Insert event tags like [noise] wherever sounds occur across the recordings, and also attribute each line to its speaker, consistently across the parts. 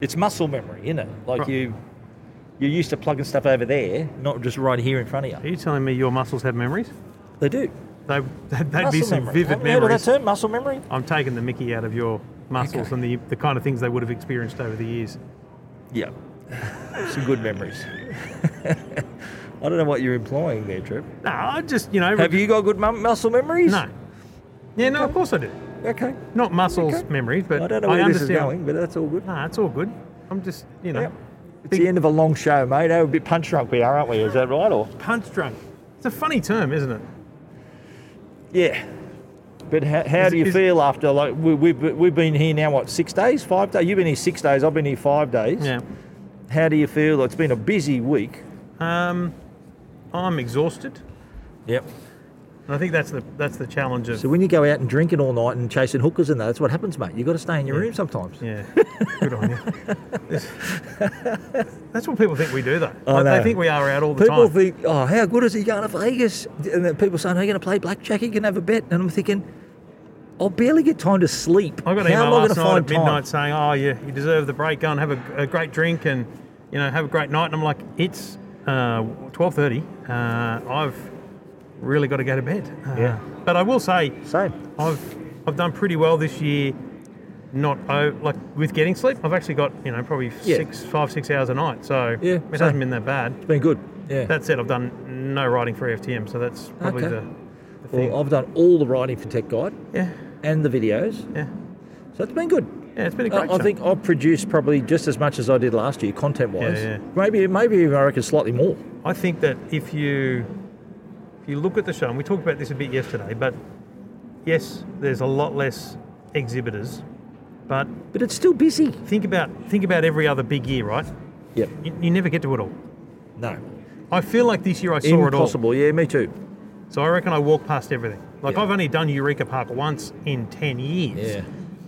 Speaker 1: It's muscle memory, isn't it? Like you, you're used to plugging stuff over there, not just right here in front of
Speaker 2: Are
Speaker 1: you.
Speaker 2: you telling me your muscles have memories?
Speaker 1: They do.
Speaker 2: They, [laughs] that'd be
Speaker 1: Muscle
Speaker 2: some
Speaker 1: memory.
Speaker 2: vivid
Speaker 1: Haven't you heard of
Speaker 2: memories.
Speaker 1: that term, muscle memory.
Speaker 2: I'm taking the mickey out of your muscles
Speaker 1: Okay.
Speaker 2: and the, the kind of things they would have experienced over the years.
Speaker 1: Yeah, [laughs] some good memories. [laughs] I don't know what you're implying there, Trip.
Speaker 2: No, I just, you know.
Speaker 1: Have you got good mu- muscle memories?
Speaker 2: No. Yeah, no, of course I do.
Speaker 1: Okay.
Speaker 2: Not muscles
Speaker 1: Okay.
Speaker 2: memories, but
Speaker 1: I don't know where this is
Speaker 2: understand.
Speaker 1: going, but that's all good.
Speaker 2: Nah, it's all good. I'm just, you know,
Speaker 1: Yep. It's the end of a long show, mate. Oh, a bit punch drunk we are, aren't we? Is that right? Or
Speaker 2: punch drunk. It's a funny term, isn't it?
Speaker 1: yeah. But how, how
Speaker 2: Is-
Speaker 1: do you
Speaker 2: is-
Speaker 1: feel after like we, we've we've been here now? What six days? Five days? You've been here six days. I've been here five days.
Speaker 2: Yeah.
Speaker 1: How do you feel? It's been a busy week.
Speaker 2: Um, I'm exhausted.
Speaker 1: Yep.
Speaker 2: And I think that's the that's the challenge of
Speaker 1: So when you go out and drinking all night and chasing hookers and that, that's what happens, mate. You got to stay in your room sometimes.
Speaker 2: yeah. [laughs] Good on you. It's- that's what people think we do, though.
Speaker 1: I
Speaker 2: Like,
Speaker 1: know.
Speaker 2: They think we are out all the
Speaker 1: People
Speaker 2: time.
Speaker 1: think, oh, how good is he going to Vegas? And then people saying, are you going to play blackjack? Are you going to have a bet? And I'm thinking, I'll barely get time to sleep.
Speaker 2: I got an
Speaker 1: how
Speaker 2: email
Speaker 1: am I going
Speaker 2: last
Speaker 1: to
Speaker 2: night
Speaker 1: find
Speaker 2: at midnight
Speaker 1: time?
Speaker 2: saying, "Oh, you, you deserve the break. Go and have a, a great drink and you know have a great night." And I'm like, "It's uh, 12:30. Uh, I've really got to go to bed." Uh,
Speaker 1: Yeah.
Speaker 2: But I will say,
Speaker 1: Same.
Speaker 2: I've I've done pretty well this year. Not oh, like with getting sleep. I've actually got you know probably
Speaker 1: Yeah.
Speaker 2: six, five, six hours a night. So
Speaker 1: Yeah,
Speaker 2: it
Speaker 1: same.
Speaker 2: hasn't been that bad.
Speaker 1: It's been good. Yeah.
Speaker 2: That said, I've done no writing for E EFTM, so that's probably
Speaker 1: Okay.
Speaker 2: the, the thing.
Speaker 1: well, I've done all the writing for Tech Guide
Speaker 2: yeah,
Speaker 1: and the videos,
Speaker 2: yeah,
Speaker 1: so it's been good.
Speaker 2: yeah. It's been a
Speaker 1: I,
Speaker 2: great.
Speaker 1: I
Speaker 2: show.
Speaker 1: think I've produced probably just as much as I did last year, content-wise.
Speaker 2: Yeah, yeah.
Speaker 1: Maybe, maybe even I reckon slightly more.
Speaker 2: I think that if you if you look at the show, and we talked about this a bit yesterday, but yes, there's a lot less exhibitors, but
Speaker 1: But it's still busy.
Speaker 2: think about think about every other big year, right?
Speaker 1: Yep.
Speaker 2: You, you never get to it all.
Speaker 1: No.
Speaker 2: I feel like this year I saw
Speaker 1: Impossible. Yeah, me too.
Speaker 2: it all, so I reckon I walked past everything. Like
Speaker 1: Yeah.
Speaker 2: I've only done Eureka Park once in ten years,
Speaker 1: Yeah.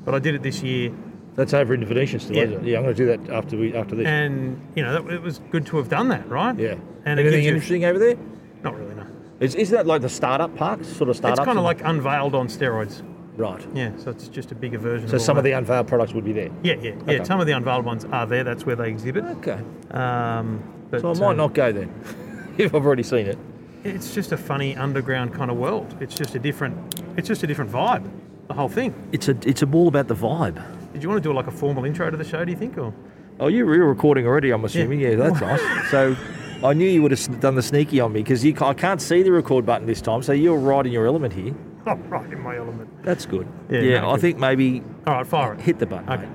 Speaker 2: but I did it this year,
Speaker 1: That's over in the Venetian still,
Speaker 2: Yeah.
Speaker 1: isn't it? Yeah, I'm going to do that after we after this.
Speaker 2: and you know that, it was good to have done that, right?
Speaker 1: yeah.
Speaker 2: and it
Speaker 1: anything
Speaker 2: gives you-
Speaker 1: interesting over there?
Speaker 2: Not really, no.
Speaker 1: Is, isn't that like the startup park, sort of startup?
Speaker 2: it's kind of like unveiled on steroids.
Speaker 1: right.
Speaker 2: Yeah, so it's just a bigger version.
Speaker 1: So
Speaker 2: all
Speaker 1: some of
Speaker 2: that.
Speaker 1: the unveiled products would be there.
Speaker 2: Yeah, yeah, yeah.
Speaker 1: Okay.
Speaker 2: Some of the unveiled ones are there. That's where they exhibit.
Speaker 1: Okay.
Speaker 2: Um, but
Speaker 1: So I
Speaker 2: uh,
Speaker 1: might not go then [laughs] if I've already seen it.
Speaker 2: It's just a funny underground kind of world. It's just a different. It's just a different vibe. The whole thing.
Speaker 1: It's a it's a all about the vibe.
Speaker 2: Did you want to do like a formal intro to the show? Do you think? Or
Speaker 1: Oh, you were recording already, I'm assuming. Yeah,
Speaker 2: Yeah.
Speaker 1: that's nice. So I knew you would have s- done the sneaky on me because you ca- I can't see the record button this time. So you're right in your element here.
Speaker 2: oh, right in my element.
Speaker 1: That's good.
Speaker 2: Yeah, no,
Speaker 1: I
Speaker 2: good.
Speaker 1: think maybe
Speaker 2: All right, fire it.
Speaker 1: hit the button.
Speaker 2: Okay.
Speaker 1: mate.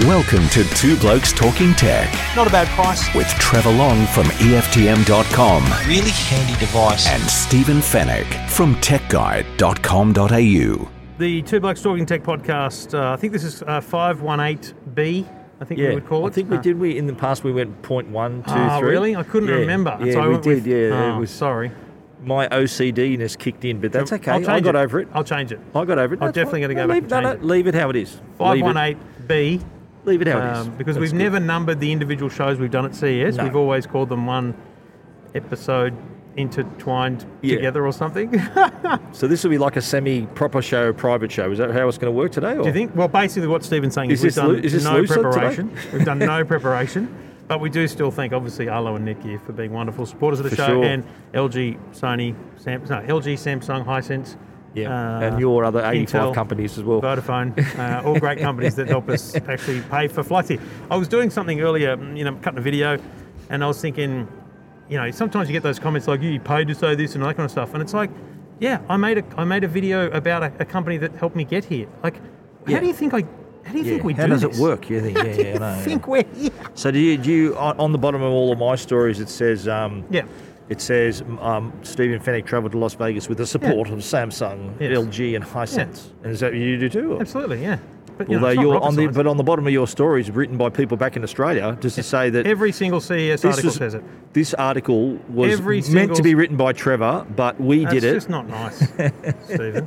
Speaker 3: Welcome to Two Blokes Talking Tech
Speaker 4: Not a bad price.
Speaker 3: with Trevor Long from E EFTM.com
Speaker 4: Really handy device.
Speaker 3: and Stephen Fennec from TechGuide.com.au.
Speaker 2: The Two Blokes Talking Tech podcast. Uh, I think this is uh, five one eight B. I think
Speaker 1: Yeah,
Speaker 2: we would call it.
Speaker 1: I think we
Speaker 2: Uh,
Speaker 1: did. We in the past we went point one, two, three.
Speaker 2: Oh, really? I couldn't
Speaker 1: Yeah,
Speaker 2: remember.
Speaker 1: Yeah,
Speaker 2: so I
Speaker 1: we
Speaker 2: went
Speaker 1: did.
Speaker 2: with-
Speaker 1: yeah,
Speaker 2: oh,
Speaker 1: it was
Speaker 2: sorry.
Speaker 1: my OCDness kicked in, but that's okay.
Speaker 2: I'll
Speaker 1: I
Speaker 2: change
Speaker 1: got over it.
Speaker 2: I'll change it.
Speaker 1: I got over it.
Speaker 2: I'm
Speaker 1: That's
Speaker 2: definitely
Speaker 1: fine.
Speaker 2: gonna
Speaker 1: No,
Speaker 2: go back
Speaker 1: leave, no,
Speaker 2: and change
Speaker 1: no, leave it how it is.
Speaker 2: Five
Speaker 1: Leave it-
Speaker 2: one eight B.
Speaker 1: Leave it how it is.
Speaker 2: um, because
Speaker 1: That's
Speaker 2: we've
Speaker 1: good.
Speaker 2: never numbered the individual shows we've done at CES.
Speaker 1: No.
Speaker 2: We've always called them one episode intertwined
Speaker 1: Yeah.
Speaker 2: together or something. [laughs] Do
Speaker 1: So this will be like a semi-proper show, private show. Is that how it's going to work today? Or?
Speaker 2: you think? Well, basically, what Stephen's saying
Speaker 1: Is
Speaker 2: is,
Speaker 1: this
Speaker 2: we've done
Speaker 1: loo- is this
Speaker 2: no
Speaker 1: loose on today? [laughs]
Speaker 2: preparation. we've done no preparation, but we do still thank obviously Arlo and Netgear for being wonderful supporters of the
Speaker 1: For
Speaker 2: show,
Speaker 1: sure.
Speaker 2: and LG, Sony, Samsung, no, LG, Samsung, Hisense.
Speaker 1: Yeah.
Speaker 2: uh,
Speaker 1: and your other 85
Speaker 2: Intel,
Speaker 1: companies as well.
Speaker 2: Vodafone, uh, all great companies that help us actually pay for flights here. I was doing something earlier, mm, you know, cutting a video, and I was thinking, you know, sometimes you get those comments like, "You paid to say this" and all that kind of stuff, and it's like, yeah, I made a I made a video about a, a company that helped me get here. Like,
Speaker 1: Yeah.
Speaker 2: how do you think I? How do you
Speaker 1: yeah.
Speaker 2: think we
Speaker 1: how
Speaker 2: do
Speaker 1: does
Speaker 2: this?
Speaker 1: it work? You think? Yeah, yeah, I
Speaker 2: [laughs] I
Speaker 1: know, yeah.
Speaker 2: think we're here.
Speaker 1: So do you, do you on on the bottom of all of my stories? It says. Um,
Speaker 2: Yeah.
Speaker 1: It says um, Stephen Fennec travelled to Las Vegas with the support of Samsung,
Speaker 2: Yes.
Speaker 1: LG, and Hisense. And is that what you do too? or?
Speaker 2: Absolutely, yeah. But, you know,
Speaker 1: Although
Speaker 2: it's not
Speaker 1: you're
Speaker 2: rocket
Speaker 1: on the,
Speaker 2: science.
Speaker 1: but on the bottom of your story is written by people back in Australia, just to say that
Speaker 2: every single CES
Speaker 1: this
Speaker 2: article
Speaker 1: was-
Speaker 2: says it.
Speaker 1: this article was
Speaker 2: Every
Speaker 1: meant to
Speaker 2: single-
Speaker 1: be written by Trevor, but we
Speaker 2: That's
Speaker 1: did it.
Speaker 2: just
Speaker 1: [laughs]
Speaker 2: not nice, Stephen.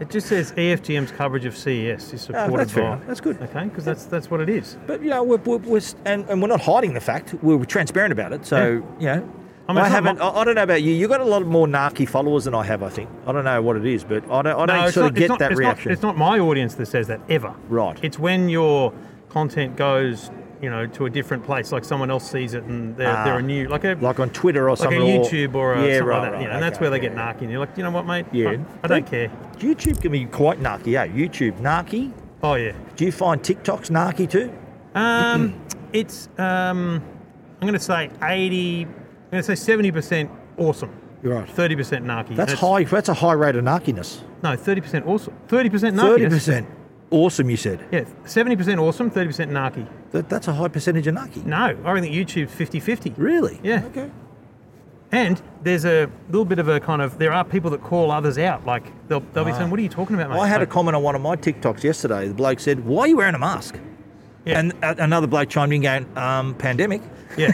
Speaker 2: It just says E EFTM's coverage of CES is supported
Speaker 1: Oh, that's
Speaker 2: by.
Speaker 1: fair enough. That's good.
Speaker 2: Okay, because that's that's what it is.
Speaker 1: But you know, we're, we're, we're s- and, and we're not hiding the fact. We're transparent about it. So you know, I,
Speaker 2: I mean, it's not
Speaker 1: haven't.
Speaker 2: my-
Speaker 1: I, I don't know about you. You got a lot more narky followers than I have. I think. I don't know what it is, but I don't. I don't
Speaker 2: it's
Speaker 1: sort
Speaker 2: not-
Speaker 1: of
Speaker 2: it's
Speaker 1: get
Speaker 2: not-
Speaker 1: that
Speaker 2: it's
Speaker 1: reaction.
Speaker 2: Not, it's not my audience that says that ever.
Speaker 1: Right.
Speaker 2: It's when you're content goes, you know, to a different place. Like someone else sees it and they're,
Speaker 1: Ah.
Speaker 2: they're a new, like a
Speaker 1: Like on Twitter or
Speaker 2: like a
Speaker 1: something. or-
Speaker 2: YouTube or
Speaker 1: yeah,
Speaker 2: a something
Speaker 1: right,
Speaker 2: like that.
Speaker 1: right,
Speaker 2: you know, and that's
Speaker 1: okay,
Speaker 2: where they
Speaker 1: yeah,
Speaker 2: get narky, and you're like, you know what, mate?
Speaker 1: Yeah.
Speaker 2: I, I don't care.
Speaker 1: YouTube can be quite narky, eh? YouTube narky.
Speaker 2: Oh yeah.
Speaker 1: Do you find TikTok's narky too? [clears throat]
Speaker 2: Um, it's um, I'm going to say 80. I'm going to say 70 percent awesome.
Speaker 1: You're right.
Speaker 2: Thirty percent narky.
Speaker 1: That's
Speaker 2: It's-
Speaker 1: high. That's a high rate of narkiness.
Speaker 2: No, thirty percent awesome. Thirty percent narky.
Speaker 1: Thirty
Speaker 2: That's-
Speaker 1: percent. Awesome, you said.
Speaker 2: Yeah, seventy percent awesome, thirty percent narky.
Speaker 1: That, that's a high percentage of narky.
Speaker 2: No, I think YouTube's 50-50.
Speaker 1: Really?
Speaker 2: Yeah.
Speaker 1: Okay.
Speaker 2: And there's a little bit of a kind of there are people that call others out. Like they'll, they'll be saying, "What are you talking about, mate?"
Speaker 1: Ah. I had a
Speaker 2: Like,
Speaker 1: comment on one of my TikToks yesterday. The bloke said, "Why are you wearing a mask?"
Speaker 2: Yeah.
Speaker 1: And a- another bloke chimed in, going, um, "Pandemic." [laughs]
Speaker 2: yeah,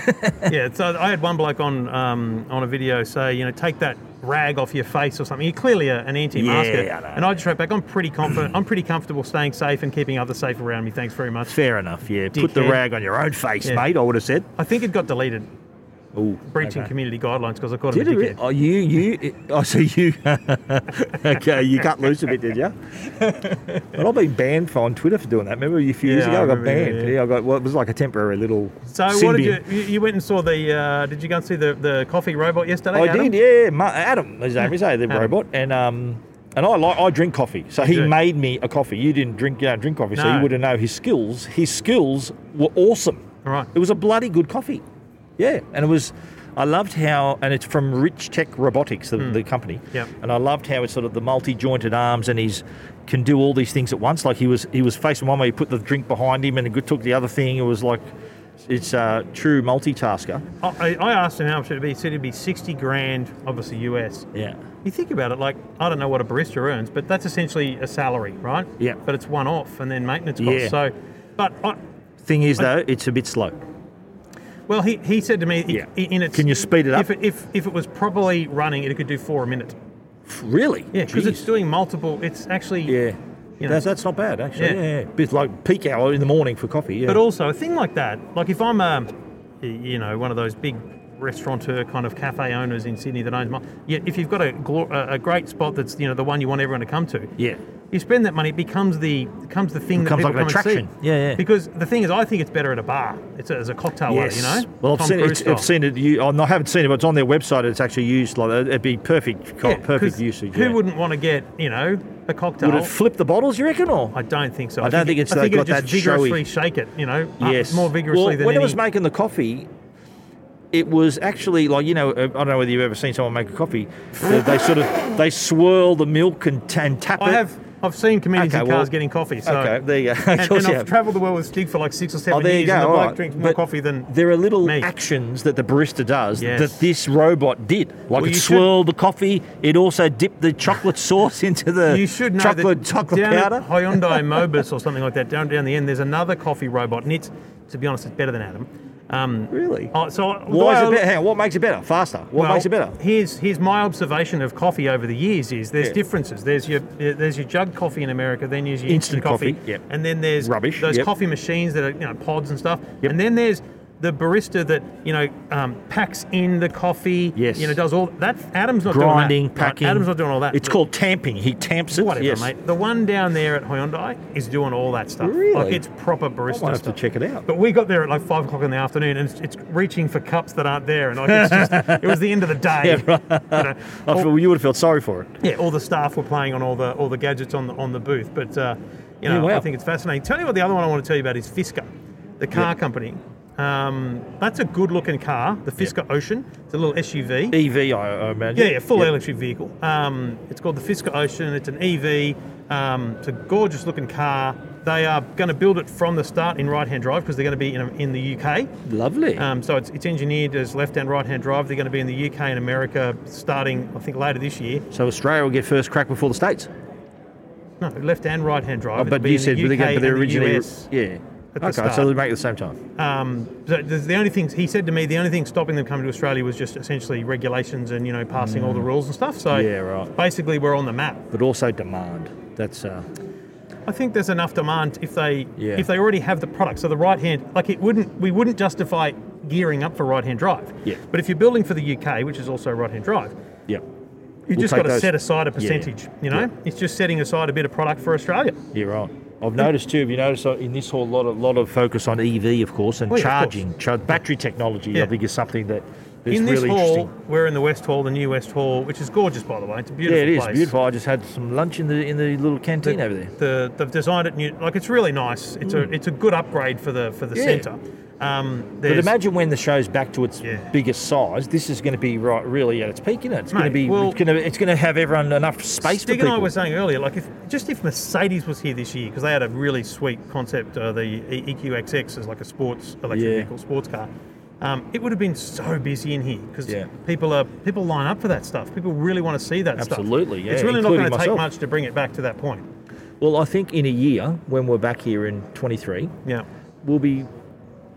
Speaker 2: yeah. So I had one bloke on um, on a video say, you know, take that rag off your face or something. You're clearly a, an anti-masker.
Speaker 1: Yeah, I know.
Speaker 2: and I just wrote back, "I'm pretty confident. I'm pretty comfortable staying safe and keeping others safe around me. Thanks very much."
Speaker 1: Fair enough. Yeah. Put the
Speaker 2: Dickhead.
Speaker 1: rag on your own face,
Speaker 2: Yeah.
Speaker 1: mate. I would have said.
Speaker 2: I think it got deleted,
Speaker 1: Ooh,
Speaker 2: breaching community guidelines because I called him
Speaker 1: Did
Speaker 2: a
Speaker 1: it? Really?
Speaker 2: dickhead.
Speaker 1: Oh, you, you. I oh, see so you. [laughs] okay, you cut loose a bit, did
Speaker 2: [laughs]
Speaker 1: you? But I've been banned for, on Twitter for doing that. Remember a few years
Speaker 2: Yeah,
Speaker 1: ago,
Speaker 2: I
Speaker 1: I, got
Speaker 2: remember, yeah,
Speaker 1: banned.
Speaker 2: yeah.
Speaker 1: Yeah, I got. Well, it was like a temporary little.
Speaker 2: So what did you, you you went and saw the uh, did you go and see the, the coffee robot yesterday?
Speaker 1: I
Speaker 2: Adam?
Speaker 1: did, yeah. Ma- Adam, his name is, eh, the
Speaker 2: Adam.
Speaker 1: robot, and um, and I like I drink coffee, so he
Speaker 2: do.
Speaker 1: made me a coffee. You didn't drink, you don't drink coffee, so
Speaker 2: No.
Speaker 1: you wouldn't know his skills. His skills were awesome.
Speaker 2: Right.
Speaker 1: It was a bloody good coffee, yeah, and it was. I loved how, and it's from Rich Tech Robotics,
Speaker 2: Hmm.
Speaker 1: the, the company.
Speaker 2: Yep.
Speaker 1: And I loved how it's sort of the multi-jointed arms, and he's can do all these things at once. Like he was, he was facing one way, he put the drink behind him, and he took the other thing. It was like, it's a true multitasker.
Speaker 2: I, I asked him how much it'd be. He said it'd be sixty grand, obviously US.
Speaker 1: Yeah.
Speaker 2: You think about it, like I don't know what a barista earns, but that's essentially a salary, right?
Speaker 1: Yeah.
Speaker 2: But it's one off, and then maintenance costs.
Speaker 1: Yeah.
Speaker 2: So, but I,
Speaker 1: Thing is, though, it's a bit slow.
Speaker 2: well, he, he said to me, i-
Speaker 1: Yeah.
Speaker 2: i- in its,
Speaker 1: Can you speed it up?
Speaker 2: If it, if, if it was properly running, it could do four a minute.
Speaker 1: Really?
Speaker 2: Yeah, because it's
Speaker 1: Jeez.
Speaker 2: doing multiple. It's actually
Speaker 1: yeah.
Speaker 2: You know.
Speaker 1: that's, that's not bad actually.
Speaker 2: Yeah.
Speaker 1: Yeah. yeah, yeah. Bit like peak hour in the morning for coffee. Yeah.
Speaker 2: But also a thing like that, like if I'm a, you know, one of those big restaurateur kind of cafe owners in Sydney that owns my, yeah, if you've got a, glo- a a great spot that's you know the one you want everyone to come to,
Speaker 1: yeah.
Speaker 2: you spend that money, it becomes the becomes the thing
Speaker 1: Becomes
Speaker 2: that
Speaker 1: like
Speaker 2: people
Speaker 1: an
Speaker 2: come and see.
Speaker 1: attraction. Yeah, yeah.
Speaker 2: Because the thing is, I think it's better at a bar. It's a, as a cocktail waiter, Oh, you know.
Speaker 1: Well, I've
Speaker 2: Tom
Speaker 1: seen,
Speaker 2: Cruise
Speaker 1: it, I've
Speaker 2: style.
Speaker 1: seen it. You, I haven't seen it, but it's on their website. It's actually used like it'd be perfect, co-
Speaker 2: Yeah, 'cause
Speaker 1: Oh, perfect usage. yeah.
Speaker 2: Who wouldn't want to get you know a cocktail?
Speaker 1: Would it flip the bottles? You reckon, or
Speaker 2: I don't think so.
Speaker 1: I don't think it's
Speaker 2: I think
Speaker 1: like
Speaker 2: it'd
Speaker 1: got
Speaker 2: just
Speaker 1: that showy-
Speaker 2: vigorously shake it, you know, up
Speaker 1: yes,
Speaker 2: more vigorously
Speaker 1: well,
Speaker 2: than
Speaker 1: when
Speaker 2: any.
Speaker 1: I was making the coffee. It was actually like you know uh, I don't know whether you've ever seen someone make a
Speaker 2: [laughs]
Speaker 1: coffee. they, they sort of they swirl the milk and, t- and tap
Speaker 2: I
Speaker 1: it.
Speaker 2: have. I've seen comedians
Speaker 1: Okay,
Speaker 2: in cars
Speaker 1: well,
Speaker 2: getting coffee. So
Speaker 1: Okay, there you go. [laughs] Of
Speaker 2: and,
Speaker 1: course
Speaker 2: and
Speaker 1: you
Speaker 2: I've
Speaker 1: have.
Speaker 2: travelled the world with Stig for like six or seven
Speaker 1: Oh, there you
Speaker 2: years,
Speaker 1: go.
Speaker 2: and the
Speaker 1: all
Speaker 2: bloke
Speaker 1: right.
Speaker 2: drinks more
Speaker 1: But
Speaker 2: coffee than
Speaker 1: there are little
Speaker 2: me.
Speaker 1: actions that the barista does
Speaker 2: Yes.
Speaker 1: that this robot did. Like
Speaker 2: Well,
Speaker 1: it
Speaker 2: you should-
Speaker 1: swirled the coffee. It also dipped the
Speaker 2: [laughs]
Speaker 1: chocolate sauce into the
Speaker 2: You should know
Speaker 1: chocolate
Speaker 2: that
Speaker 1: chocolate
Speaker 2: down
Speaker 1: powder. [laughs]
Speaker 2: at Hyundai Mobus or something like that. Down down the end, there's another coffee robot, and it's to be honest, it's better than Adam. Um,
Speaker 1: Really?
Speaker 2: oh, so the way
Speaker 1: Why is
Speaker 2: I
Speaker 1: it
Speaker 2: look-
Speaker 1: better? Hang on, what makes it better? Faster. What
Speaker 2: well,
Speaker 1: makes it better?
Speaker 2: Here's here's my observation of coffee over the years: is there's
Speaker 1: Yeah.
Speaker 2: differences. There's your there's your jug coffee in America, then there's your
Speaker 1: Instant
Speaker 2: instant coffee,
Speaker 1: coffee, yep.
Speaker 2: and then there's
Speaker 1: Rubbish,
Speaker 2: Those
Speaker 1: yep.
Speaker 2: coffee machines that are you know pods and stuff,
Speaker 1: Yep.
Speaker 2: and then there's the barista that you know um, packs in the coffee.
Speaker 1: Yes.
Speaker 2: You know does all that. Adam's not
Speaker 1: Grinding,
Speaker 2: doing that. Right,
Speaker 1: packing.
Speaker 2: Adam's not doing all that.
Speaker 1: It's
Speaker 2: The-
Speaker 1: called tamping. He tamps it.
Speaker 2: Whatever,
Speaker 1: yes.
Speaker 2: mate. The one down there at Hyundai is doing all that stuff. Like
Speaker 1: Really?
Speaker 2: it's proper barista
Speaker 1: I might have to
Speaker 2: stuff.
Speaker 1: check it out.
Speaker 2: But we got there at like five o'clock in the afternoon, and it's, it's reaching for cups that aren't there, and like it's just,
Speaker 1: [laughs]
Speaker 2: it was the end of the day. you know.
Speaker 1: I feel, you would have felt sorry for it.
Speaker 2: Yeah, all the staff were playing on all the all the gadgets on the on the booth. But uh, you know,
Speaker 1: Yeah, wow.
Speaker 2: I think it's fascinating. Tell you what, the other one I want to tell you about is Fisker, the car company. Um, that's a good looking car, the Fisker Ocean. It's a little SUV.
Speaker 1: EV, I, I imagine.
Speaker 2: Yeah, yeah, full electric vehicle. Um, it's called the Fisker Ocean. It's an EV. Um, it's a gorgeous looking car. They are going to build it from the start in right hand drive because they're going to be in, in the UK.
Speaker 1: Lovely.
Speaker 2: Um, so it's, it's engineered as left and right hand drive. They're going to be in the UK and America starting, I think, later this year.
Speaker 1: so Australia will get first crack before the states.
Speaker 2: No, left and right hand drive.
Speaker 1: Oh,
Speaker 2: It'll
Speaker 1: but
Speaker 2: be
Speaker 1: you
Speaker 2: in
Speaker 1: said
Speaker 2: the
Speaker 1: but
Speaker 2: UK
Speaker 1: again, but they're
Speaker 2: and the
Speaker 1: originally
Speaker 2: US.
Speaker 1: yeah.
Speaker 2: at the
Speaker 1: Okay,
Speaker 2: start.
Speaker 1: so they make it at the same time.
Speaker 2: Um, so the the only things he said to me, the only thing stopping them coming to Australia was just essentially regulations and you know passing all the rules and stuff. So
Speaker 1: Mm. Yeah, right.
Speaker 2: basically, we're on the map.
Speaker 1: But also demand. That's uh,
Speaker 2: I think there's enough demand if they
Speaker 1: Yeah.
Speaker 2: if they already have the product. So the right hand, like it wouldn't we wouldn't justify gearing up for right hand drive.
Speaker 1: Yeah.
Speaker 2: But if you're building for the UK, which is also right hand drive,
Speaker 1: yeah.
Speaker 2: you
Speaker 1: We'll
Speaker 2: just
Speaker 1: take
Speaker 2: got to
Speaker 1: those.
Speaker 2: set aside a
Speaker 1: Yeah, yeah.
Speaker 2: percentage. You know, it's just setting aside a bit of product for Australia.
Speaker 1: Yeah, right. I've noticed too. Have you noticed uh, in this whole lot of lot of focus on EV, of course, and
Speaker 2: Oh, yeah, of
Speaker 1: charging, Char- battery technology?
Speaker 2: Yeah.
Speaker 1: I think is something that is
Speaker 2: in this
Speaker 1: really
Speaker 2: hall,
Speaker 1: interesting.
Speaker 2: we're in the West Hall, the new West Hall, which is gorgeous, by the way. It's a
Speaker 1: Yeah,
Speaker 2: beautiful
Speaker 1: it is
Speaker 2: place.
Speaker 1: beautiful. I just had some lunch in the in the little canteen over there. Mm.
Speaker 2: The, they've designed it new. Like it's really nice. It's a it's a good upgrade for the for the
Speaker 1: Yeah.
Speaker 2: centre. Um,
Speaker 1: But
Speaker 2: there's-
Speaker 1: imagine when the show's back to its
Speaker 2: Yeah.
Speaker 1: biggest size. This is going to be right, really at its peak, isn't it? It's going to
Speaker 2: Mate,
Speaker 1: be.
Speaker 2: well-
Speaker 1: it's going to. It's going to have everyone enough space for
Speaker 2: Stig and I
Speaker 1: people.
Speaker 2: were saying earlier, like if just if Mercedes was here this year, because they had a really sweet concept, uh, the E- EQXX is like a sports electric
Speaker 1: Yeah.
Speaker 2: vehicle, sports car. Um, it would have been so busy in here because
Speaker 1: Yeah.
Speaker 2: people are people line up for that stuff. People really want to see that stuff.
Speaker 1: Absolutely, yeah,
Speaker 2: It's really not
Speaker 1: including
Speaker 2: going to take
Speaker 1: myself.
Speaker 2: much to bring it back to that point.
Speaker 1: well, I think in a year when we're back here in 23,
Speaker 2: Yeah.
Speaker 1: we'll be.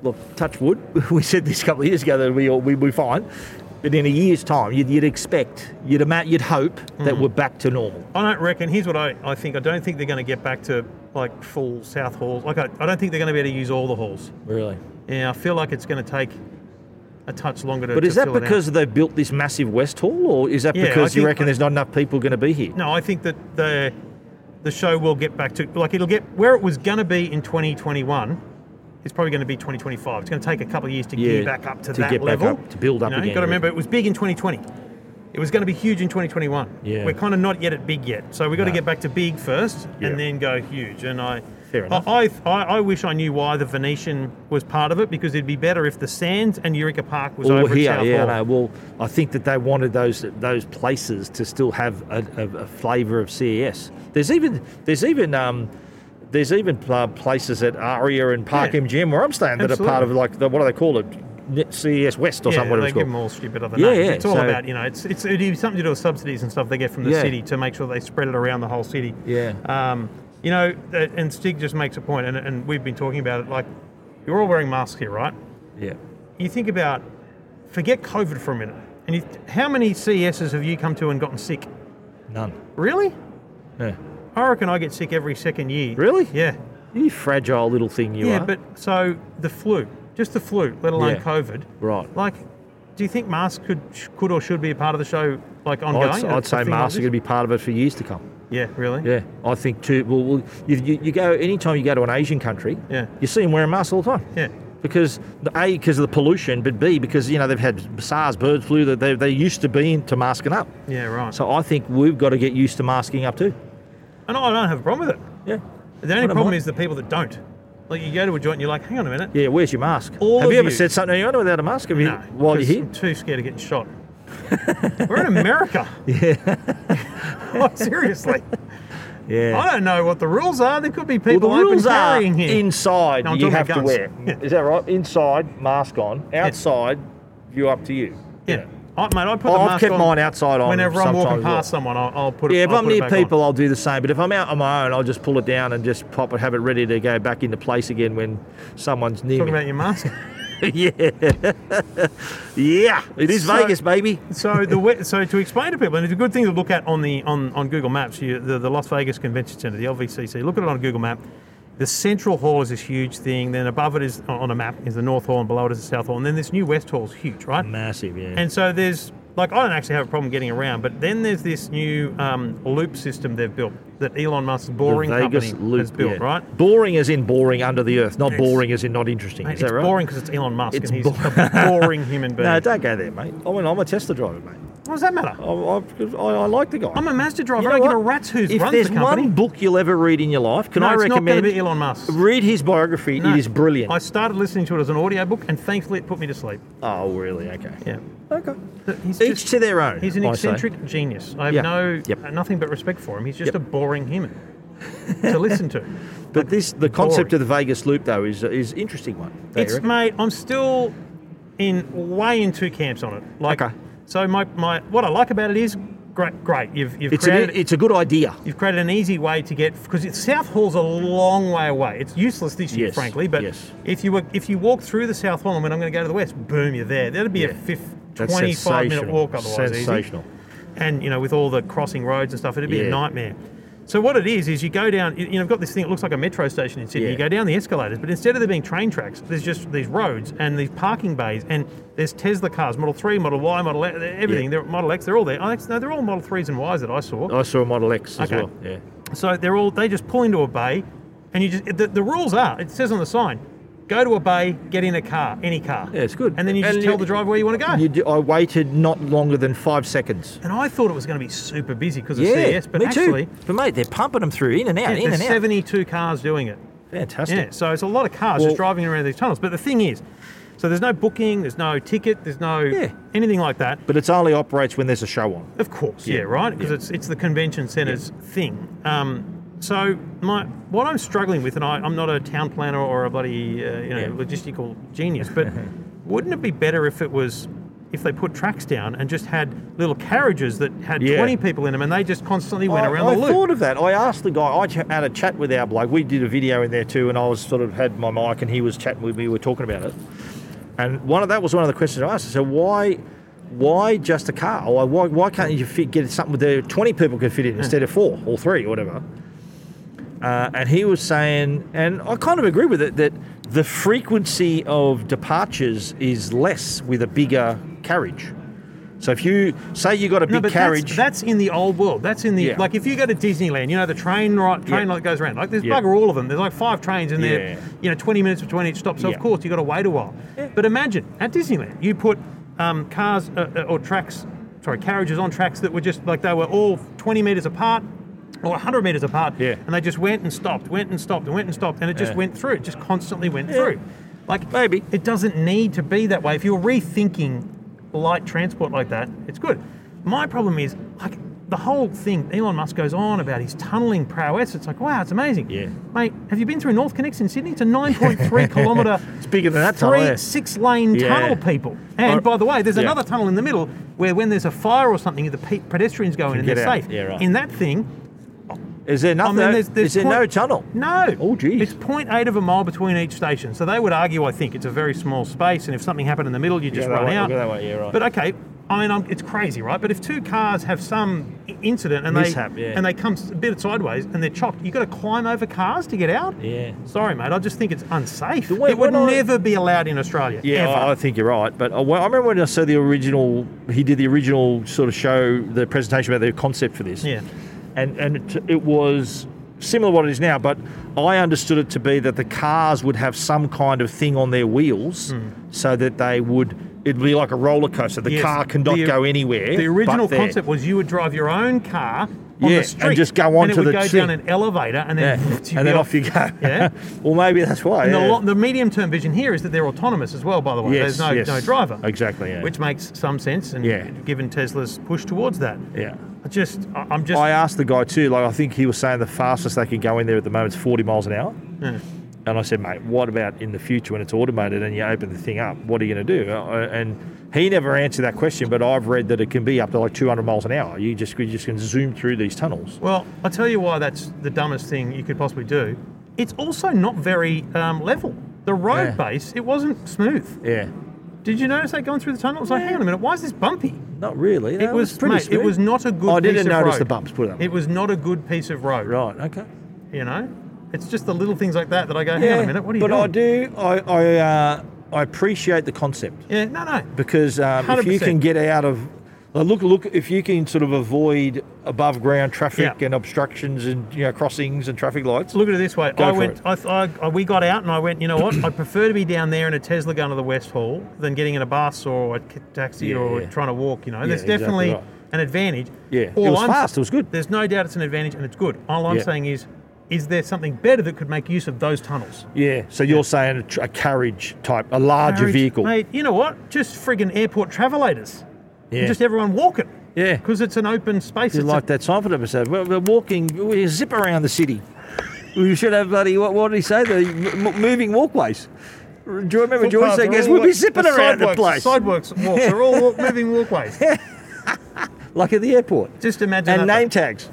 Speaker 1: Look, touch wood. [laughs] We said this a couple of years ago that we all, we'd be fine. But in a year's time, you'd, you'd expect, you'd ama- you'd hope
Speaker 2: Hmm.
Speaker 1: that we're back to normal.
Speaker 2: I don't reckon. Here's what I, I think. I don't think they're going to get back to like full South halls. Like I, I don't think they're going to be able to use all the halls.
Speaker 1: Really.
Speaker 2: Yeah, I feel like it's going to take a touch longer to.
Speaker 1: But is
Speaker 2: to
Speaker 1: that
Speaker 2: fill it out.
Speaker 1: because they built this massive West Hall, or is that
Speaker 2: Yeah, I
Speaker 1: because you
Speaker 2: think-
Speaker 1: reckon there's not enough people going to be here?
Speaker 2: No, I think that the the show will get back to like it'll get where it was going to be in 2021. It's probably going to be 2025. It's going to take a couple of years to
Speaker 1: Yeah,
Speaker 2: gear back up to,
Speaker 1: to
Speaker 2: that
Speaker 1: get back
Speaker 2: level
Speaker 1: up, to build up
Speaker 2: You know,
Speaker 1: again,
Speaker 2: You've got to
Speaker 1: yeah.
Speaker 2: remember it was big in 2020. It was going to be huge in 2021.
Speaker 1: Yeah.
Speaker 2: We're kind of not yet at big yet, so we've got
Speaker 1: No.
Speaker 2: to get back to big first
Speaker 1: Yeah.
Speaker 2: and then go huge. And I,
Speaker 1: Fair enough.
Speaker 2: I, I, I wish I knew why the Venetian was part of it because it'd be better if the Sands and Eureka Park was
Speaker 1: Well,
Speaker 2: over
Speaker 1: here,
Speaker 2: at South
Speaker 1: yeah,
Speaker 2: Hall.
Speaker 1: no, well, I think that they wanted those those places to still have a, a, a flavour of CES. There's even there's even um, there's even pl- places at Aria and Park
Speaker 2: Yeah.
Speaker 1: MGM where I'm staying that are part of
Speaker 2: Absolutely.
Speaker 1: like the, what do they call it, Net- CES West or
Speaker 2: yeah,
Speaker 1: something. Whatever
Speaker 2: they
Speaker 1: it's
Speaker 2: give
Speaker 1: called.
Speaker 2: them all stupid other
Speaker 1: Yeah,
Speaker 2: names.
Speaker 1: yeah,
Speaker 2: It's all
Speaker 1: so-
Speaker 2: about you know, it's it's it'd be something to do with subsidies and stuff they get from the
Speaker 1: Yeah.
Speaker 2: city to make sure they spread it around the whole city.
Speaker 1: Yeah.
Speaker 2: Um, you know, uh, and Stig just makes a point, and and we've been talking about it. Like, you're all wearing masks here, right?
Speaker 1: Yeah,
Speaker 2: You think about, forget COVID for a minute, and you, how many CESs have you come to and gotten sick?
Speaker 1: none.
Speaker 2: Really?
Speaker 1: No.
Speaker 2: I reckon I get sick every second year.
Speaker 1: Really?
Speaker 2: Yeah.
Speaker 1: You fragile little thing you
Speaker 2: yeah,
Speaker 1: are.
Speaker 2: but so the flu, just the flu, let alone
Speaker 1: Yeah.
Speaker 2: COVID.
Speaker 1: Right.
Speaker 2: Like, do you think masks could sh- could or should be a part of the show, like ongoing?
Speaker 1: I'd, I'd say
Speaker 2: Something like
Speaker 1: masks are going
Speaker 2: this?
Speaker 1: to be part of it for years to come.
Speaker 2: Yeah, really.
Speaker 1: Yeah, I think too. Well, well you, you, you go anytime you go to an Asian country,
Speaker 2: Yeah.
Speaker 1: you see them wearing masks all the time.
Speaker 2: Yeah.
Speaker 1: because the, a because of the pollution, but b because you know they've had SARS, bird flu. That they they used to being to masking up.
Speaker 2: Yeah, right.
Speaker 1: So I think we've got to get used to masking up too.
Speaker 2: and I don't have a problem with it.
Speaker 1: Yeah,
Speaker 2: The only
Speaker 1: What am
Speaker 2: problem
Speaker 1: I?
Speaker 2: is the people that don't. Like you go to a joint and you're like, hang on a minute.
Speaker 1: yeah. Where's your mask?
Speaker 2: All
Speaker 1: Have
Speaker 2: of
Speaker 1: you ever
Speaker 2: you.
Speaker 1: said something to anyone without a mask? Have you
Speaker 2: No,
Speaker 1: while you're
Speaker 2: 'cause
Speaker 1: here?
Speaker 2: I'm too scared of
Speaker 1: [laughs]
Speaker 2: getting shot. We're in America. [laughs] Yeah. seriously. I
Speaker 1: Yeah.
Speaker 2: don't know what the rules are. There could be
Speaker 1: Well,
Speaker 2: people
Speaker 1: the rules
Speaker 2: open
Speaker 1: are
Speaker 2: carrying here.
Speaker 1: inside.
Speaker 2: No, I'm
Speaker 1: you
Speaker 2: talking
Speaker 1: have
Speaker 2: about
Speaker 1: to wear.
Speaker 2: guns. Yeah.
Speaker 1: Is that right? Inside, mask on. Outside, you're up to you.
Speaker 2: yeah. I, mate, I put the
Speaker 1: I've
Speaker 2: mask
Speaker 1: kept
Speaker 2: on
Speaker 1: mine outside on
Speaker 2: Whenever I'm walking
Speaker 1: sometimes, yeah.
Speaker 2: past someone, I'll, I'll put it.
Speaker 1: Yeah, if
Speaker 2: I'll
Speaker 1: I'm
Speaker 2: put it
Speaker 1: near
Speaker 2: back on.
Speaker 1: people, I'll do the same. But if I'm out on my own, I'll just pull it down and just pop it, have it ready to go back into place again when someone's near
Speaker 2: talking
Speaker 1: me.
Speaker 2: about your mask.
Speaker 1: [laughs] yeah, yeah, it is
Speaker 2: So-
Speaker 1: Vegas, baby.
Speaker 2: So the we- so to explain to people, and it's a good thing to look at on the on, on Google Maps. You, the, the Las Vegas Convention Center, the LVCC. Look at it on Google Map. The central hall is this huge thing. Then above it is on a map is the north hall, and below it is the south hall. And then this new west hall is huge, right?
Speaker 1: Massive, yeah.
Speaker 2: And so there's like I don't actually have a problem getting around, but then there's this new um, loop system they've built that Elon Musk's boring company has built,
Speaker 1: yeah.
Speaker 2: right?
Speaker 1: Boring as in boring under the earth, not boring as in not interesting.
Speaker 2: Mate,
Speaker 1: is
Speaker 2: it's
Speaker 1: that right?
Speaker 2: boring because it's Elon Musk
Speaker 1: It's
Speaker 2: and he's
Speaker 1: bo-
Speaker 2: a boring human
Speaker 1: [laughs]
Speaker 2: being.
Speaker 1: No, don't go there, mate. I mean, I'm a Tesla driver, mate.
Speaker 2: what does that matter?
Speaker 1: I, I, I, I like the guy.
Speaker 2: I'm a Mazda driver.
Speaker 1: You
Speaker 2: I
Speaker 1: know
Speaker 2: don't give a
Speaker 1: what?
Speaker 2: rat's who's
Speaker 1: If
Speaker 2: runs
Speaker 1: there's
Speaker 2: the company.
Speaker 1: one book you'll ever read in your life, can
Speaker 2: no,
Speaker 1: I
Speaker 2: it's not going
Speaker 1: recommend?
Speaker 2: to be Elon Musk.
Speaker 1: Read his biography.
Speaker 2: No.
Speaker 1: It is brilliant.
Speaker 2: I started listening to it as an audiobook, and thankfully it put me to sleep.
Speaker 1: Oh, really? Okay.
Speaker 2: Yeah.
Speaker 1: Okay.
Speaker 2: He's
Speaker 1: Each
Speaker 2: just-
Speaker 1: to their own.
Speaker 2: He's an
Speaker 1: I say.
Speaker 2: eccentric genius. I have
Speaker 1: Yeah.
Speaker 2: no
Speaker 1: Yep.
Speaker 2: uh, nothing but respect for him. He's just
Speaker 1: Yep.
Speaker 2: a boring human to
Speaker 1: [laughs]
Speaker 2: listen to.
Speaker 1: But this, the concept of the Vegas loop, though, is is interesting one. don't you
Speaker 2: It's
Speaker 1: reckon?
Speaker 2: mate, I'm still in way in two camps on it. Like
Speaker 1: Okay.
Speaker 2: so my, my what I like about it is great great. You've you've
Speaker 1: it's,
Speaker 2: created
Speaker 1: an, it's a good idea.
Speaker 2: You've created an easy way to get because South Hall's a long way away. It's useless this year,
Speaker 1: Yes,
Speaker 2: frankly. But
Speaker 1: yes.
Speaker 2: if you were, if you walk through the South Hall and went, I'm going to go to the West, boom, you're there. That'd be a fifth,
Speaker 1: That's
Speaker 2: 25 minute
Speaker 1: sensational.
Speaker 2: walk otherwise. easy.
Speaker 1: Sensational.
Speaker 2: And you know, with all the crossing roads and stuff, it'd be
Speaker 1: Yeah.
Speaker 2: a nightmare. So what it is is you go down. You you know, I've got this thing. It looks like a metro station in Sydney.
Speaker 1: Yeah.
Speaker 2: You go down the escalators, but instead of there being train tracks, there's just these roads and these parking bays, and there's Tesla cars, Model Three, Model Y, Model E- everything.
Speaker 1: Yeah.
Speaker 2: They're Model X. They're all there. Oh, that's- no, they're all Model Threes and Ys that I saw.
Speaker 1: I saw a Model X as
Speaker 2: Okay.
Speaker 1: well. Yeah.
Speaker 2: So they're all they just pull into a bay, And you just the, the rules are it says on the sign, go to a bay, get in a car, any car.
Speaker 5: Yeah, it's good.
Speaker 2: And then you just
Speaker 1: And
Speaker 2: tell
Speaker 1: you-
Speaker 2: the driver where you want to go.
Speaker 1: You d I I waited not longer than five seconds.
Speaker 2: and I thought it was going to be super busy because of
Speaker 5: Yeah,
Speaker 2: CES, but
Speaker 5: me
Speaker 2: actually
Speaker 5: too. But mate, they're pumping them through in and out,
Speaker 2: yeah,
Speaker 5: in
Speaker 2: there's
Speaker 5: and out.
Speaker 2: 72 cars doing it.
Speaker 1: Fantastic.
Speaker 2: Yeah, so it's a lot of cars
Speaker 1: Well-
Speaker 2: just driving around these tunnels. But the thing is, so there's no booking, there's no ticket, there's no
Speaker 5: Yeah.
Speaker 2: anything like that.
Speaker 1: But it's only operates when there's a show on.
Speaker 2: Of course, yeah, right, because it's it's the convention centre's thing. Um, so my what I'm struggling with, and I, I'm not a town planner or a bloody uh, you know
Speaker 5: Yeah.
Speaker 2: logistical genius,
Speaker 1: [laughs]
Speaker 2: but wouldn't it be better if it was if they put tracks down and just had little carriages that had
Speaker 1: Yeah.
Speaker 2: 20 people in them and they just constantly went
Speaker 1: I,
Speaker 2: around
Speaker 1: I
Speaker 2: the loop?
Speaker 1: thought of that. I asked the guy. I ch- had a chat with our bloke. We did a video in there too, and I was sort of had my mic, and he was chatting with me. We were talking about it, and one of that was one of the questions I asked. I said, "Why, why just a car? Why, why, why can't you fit, get something with there? Twenty people can fit in instead of four or three or whatever." Uh, and he was saying, and I kind of agree with it, that the frequency of departures is less with a bigger carriage. So if you say you got a big
Speaker 2: No, but
Speaker 1: carriage,
Speaker 2: That's, that's in the old world. That's in the
Speaker 1: Yeah.
Speaker 2: like if you go to Disneyland, you know the train right train
Speaker 1: Yeah.
Speaker 2: like goes around. Like there's
Speaker 1: Yeah.
Speaker 2: bugger all of them. There's like five trains in
Speaker 1: Yeah.
Speaker 2: there. You know, 20 minutes between each stop. So
Speaker 1: Yeah.
Speaker 2: of course you got to wait a while. But imagine at Disneyland, you put um, cars uh, uh, or tracks, sorry, carriages on tracks that were just like they were all 20 meters apart. Or 100 metres apart,
Speaker 1: Yeah.
Speaker 2: and they just went and stopped, went and stopped, and went and stopped, and it just
Speaker 1: Yeah.
Speaker 2: went through. It just constantly went through. Like
Speaker 1: Maybe.
Speaker 2: it doesn't need to be that way. If you're rethinking light transport like that, it's good. My problem is like the whole thing. Elon Musk goes on about his tunneling prowess. It's like wow, it's amazing.
Speaker 1: Yeah.
Speaker 2: mate. Have you been through North Connects in Sydney? It's
Speaker 1: [laughs]
Speaker 2: a 9.3 kilometre.
Speaker 1: It's bigger than that
Speaker 2: three,
Speaker 1: tunnel, yeah.
Speaker 2: six lane
Speaker 1: Yeah.
Speaker 2: tunnel, people. And
Speaker 1: Or-
Speaker 2: by the way, there's
Speaker 1: yeah.
Speaker 2: another tunnel in the middle where when there's a fire or something, the pe- pedestrians go in and
Speaker 1: get
Speaker 2: they're
Speaker 1: out.
Speaker 2: safe.
Speaker 1: Yeah, right.
Speaker 2: In that thing,
Speaker 1: Is there
Speaker 2: I
Speaker 1: nothing?
Speaker 2: mean, there's, there's
Speaker 1: is there no
Speaker 2: point-
Speaker 1: tunnel?
Speaker 2: No.
Speaker 1: Oh, geez.
Speaker 2: It's 0.8 of a mile between each station. So they would argue, I think, it's a very small space, and if something happened in the middle, you just
Speaker 1: that
Speaker 2: run
Speaker 1: way-
Speaker 2: out.
Speaker 1: go that way, yeah, right.
Speaker 2: But okay, I mean, I'm, it's crazy, right? But if two cars have some i- incident and
Speaker 1: Mishap,
Speaker 2: they
Speaker 1: yeah.
Speaker 2: and they come s- a bit sideways and they're chocked, you've got to climb over cars to get out.
Speaker 1: Yeah.
Speaker 2: Sorry, mate. I just think it's unsafe.
Speaker 1: way-
Speaker 2: it would
Speaker 1: when I-
Speaker 2: never be allowed in Australia.
Speaker 1: Yeah,
Speaker 2: ever.
Speaker 1: I, I think you're right. But I, well, I remember when I saw the original, he did the original sort of show, the presentation about the concept for this.
Speaker 2: Yeah.
Speaker 1: And and it, it was similar to what it is now, but I understood it to be that the cars would have some kind of thing on their wheels so that they would. It'd be like a roller coaster. The
Speaker 2: Hmm. Yes.
Speaker 1: car cannot
Speaker 2: The-
Speaker 1: go anywhere.
Speaker 2: The original
Speaker 1: but there.
Speaker 2: concept was you would drive your own car on
Speaker 1: Yeah,
Speaker 2: the
Speaker 1: and
Speaker 2: street
Speaker 1: just go
Speaker 2: and
Speaker 1: onto
Speaker 2: it would
Speaker 1: the
Speaker 2: go
Speaker 1: thing.
Speaker 2: down an elevator and
Speaker 1: Yeah.
Speaker 2: [laughs] then you'd
Speaker 1: And
Speaker 2: be
Speaker 1: then off you go.
Speaker 2: Yeah.
Speaker 1: [laughs] well, maybe that's why.
Speaker 2: And
Speaker 1: yeah.
Speaker 2: the, lo- the medium-term vision here is that they're autonomous as well. By the way,
Speaker 1: Yes,
Speaker 2: there's no
Speaker 1: yes.
Speaker 2: no driver,
Speaker 1: Exactly, yeah.
Speaker 2: which makes some sense. And
Speaker 1: Yeah.
Speaker 2: given Tesla's push towards that,
Speaker 1: yeah.
Speaker 2: I just I- I'm just
Speaker 1: I uh, asked the guy too, like I think he was saying the fastest they can go in there at the moment is 40 miles an hour.
Speaker 2: Mm.
Speaker 1: And I said, mate, what about in the future when it's automated and you open the thing up? What are you going to do? Uh, And he never answered that question, but I've read that it can be up to like 200 miles an hour. You just you just can zoom through these tunnels.
Speaker 2: well. I tell you why that's the dumbest thing you could possibly do. It's also not very um, level. The
Speaker 1: Yeah.
Speaker 2: road base it wasn't smooth.
Speaker 1: Yeah,
Speaker 2: Did you notice that going through the tunnel? It was like, hang on a minute, why is this bumpy?
Speaker 1: not really.
Speaker 2: It was, mate, It was not a good.
Speaker 1: Oh, I didn't
Speaker 2: piece of
Speaker 1: notice
Speaker 2: road.
Speaker 1: the bumps, put it that way.
Speaker 2: It was not a good piece of road.
Speaker 1: right. Okay.
Speaker 2: You know, it's just the little things like that that I go, hang on a minute, what are you
Speaker 1: but
Speaker 2: doing?
Speaker 1: I do. I I, uh, I appreciate the concept.
Speaker 2: Yeah, no, no.
Speaker 1: because um, if you
Speaker 2: 100%.
Speaker 1: can get out of uh, look look if you can sort of avoid above ground traffic
Speaker 2: Yeah.
Speaker 1: and obstructions and you know crossings and traffic lights.
Speaker 2: Look at it this way.
Speaker 1: Go
Speaker 2: I
Speaker 1: for
Speaker 2: went.
Speaker 1: it.
Speaker 2: I, th- I, I, we got out, and I went. You know what? I prefer to be down there in a Tesla going to the West Hall than getting in a bus or a ca- taxi
Speaker 1: Yeah,
Speaker 2: or
Speaker 1: yeah.
Speaker 2: trying to walk. You know, there's
Speaker 1: exactly
Speaker 2: definitely
Speaker 1: right.
Speaker 2: an advantage.
Speaker 1: Yeah. It was fast, it was good.
Speaker 2: There's no doubt it's an advantage, and it's good. All I'm
Speaker 1: Yeah.
Speaker 2: saying is, is there something better that could make use of those tunnels?
Speaker 1: Yeah. So you're saying a, tr- a carriage type, a larger
Speaker 2: Marriage-
Speaker 1: vehicle.
Speaker 2: mate. You know what? Just friggin' airport travelators.
Speaker 1: Yeah.
Speaker 2: Just everyone walking.
Speaker 1: Yeah.
Speaker 2: Because it's an open space.
Speaker 1: You
Speaker 2: It's
Speaker 1: like
Speaker 2: a,
Speaker 1: that Seinfeld episode? We're, we're walking, we zip around the city.
Speaker 5: We should have bloody what, what did he say? The m- moving walkways. Do you remember George
Speaker 2: footpaths
Speaker 5: saying?
Speaker 2: are
Speaker 5: Yes,
Speaker 2: all
Speaker 5: we'll be
Speaker 2: like-
Speaker 5: zipping around the
Speaker 2: sidewalks-
Speaker 5: place,
Speaker 2: Sidewalks, walks. They're all walk, moving
Speaker 1: [laughs]
Speaker 2: walkways.
Speaker 5: like at the airport.
Speaker 2: Just imagine
Speaker 5: And
Speaker 2: that.
Speaker 5: name tags.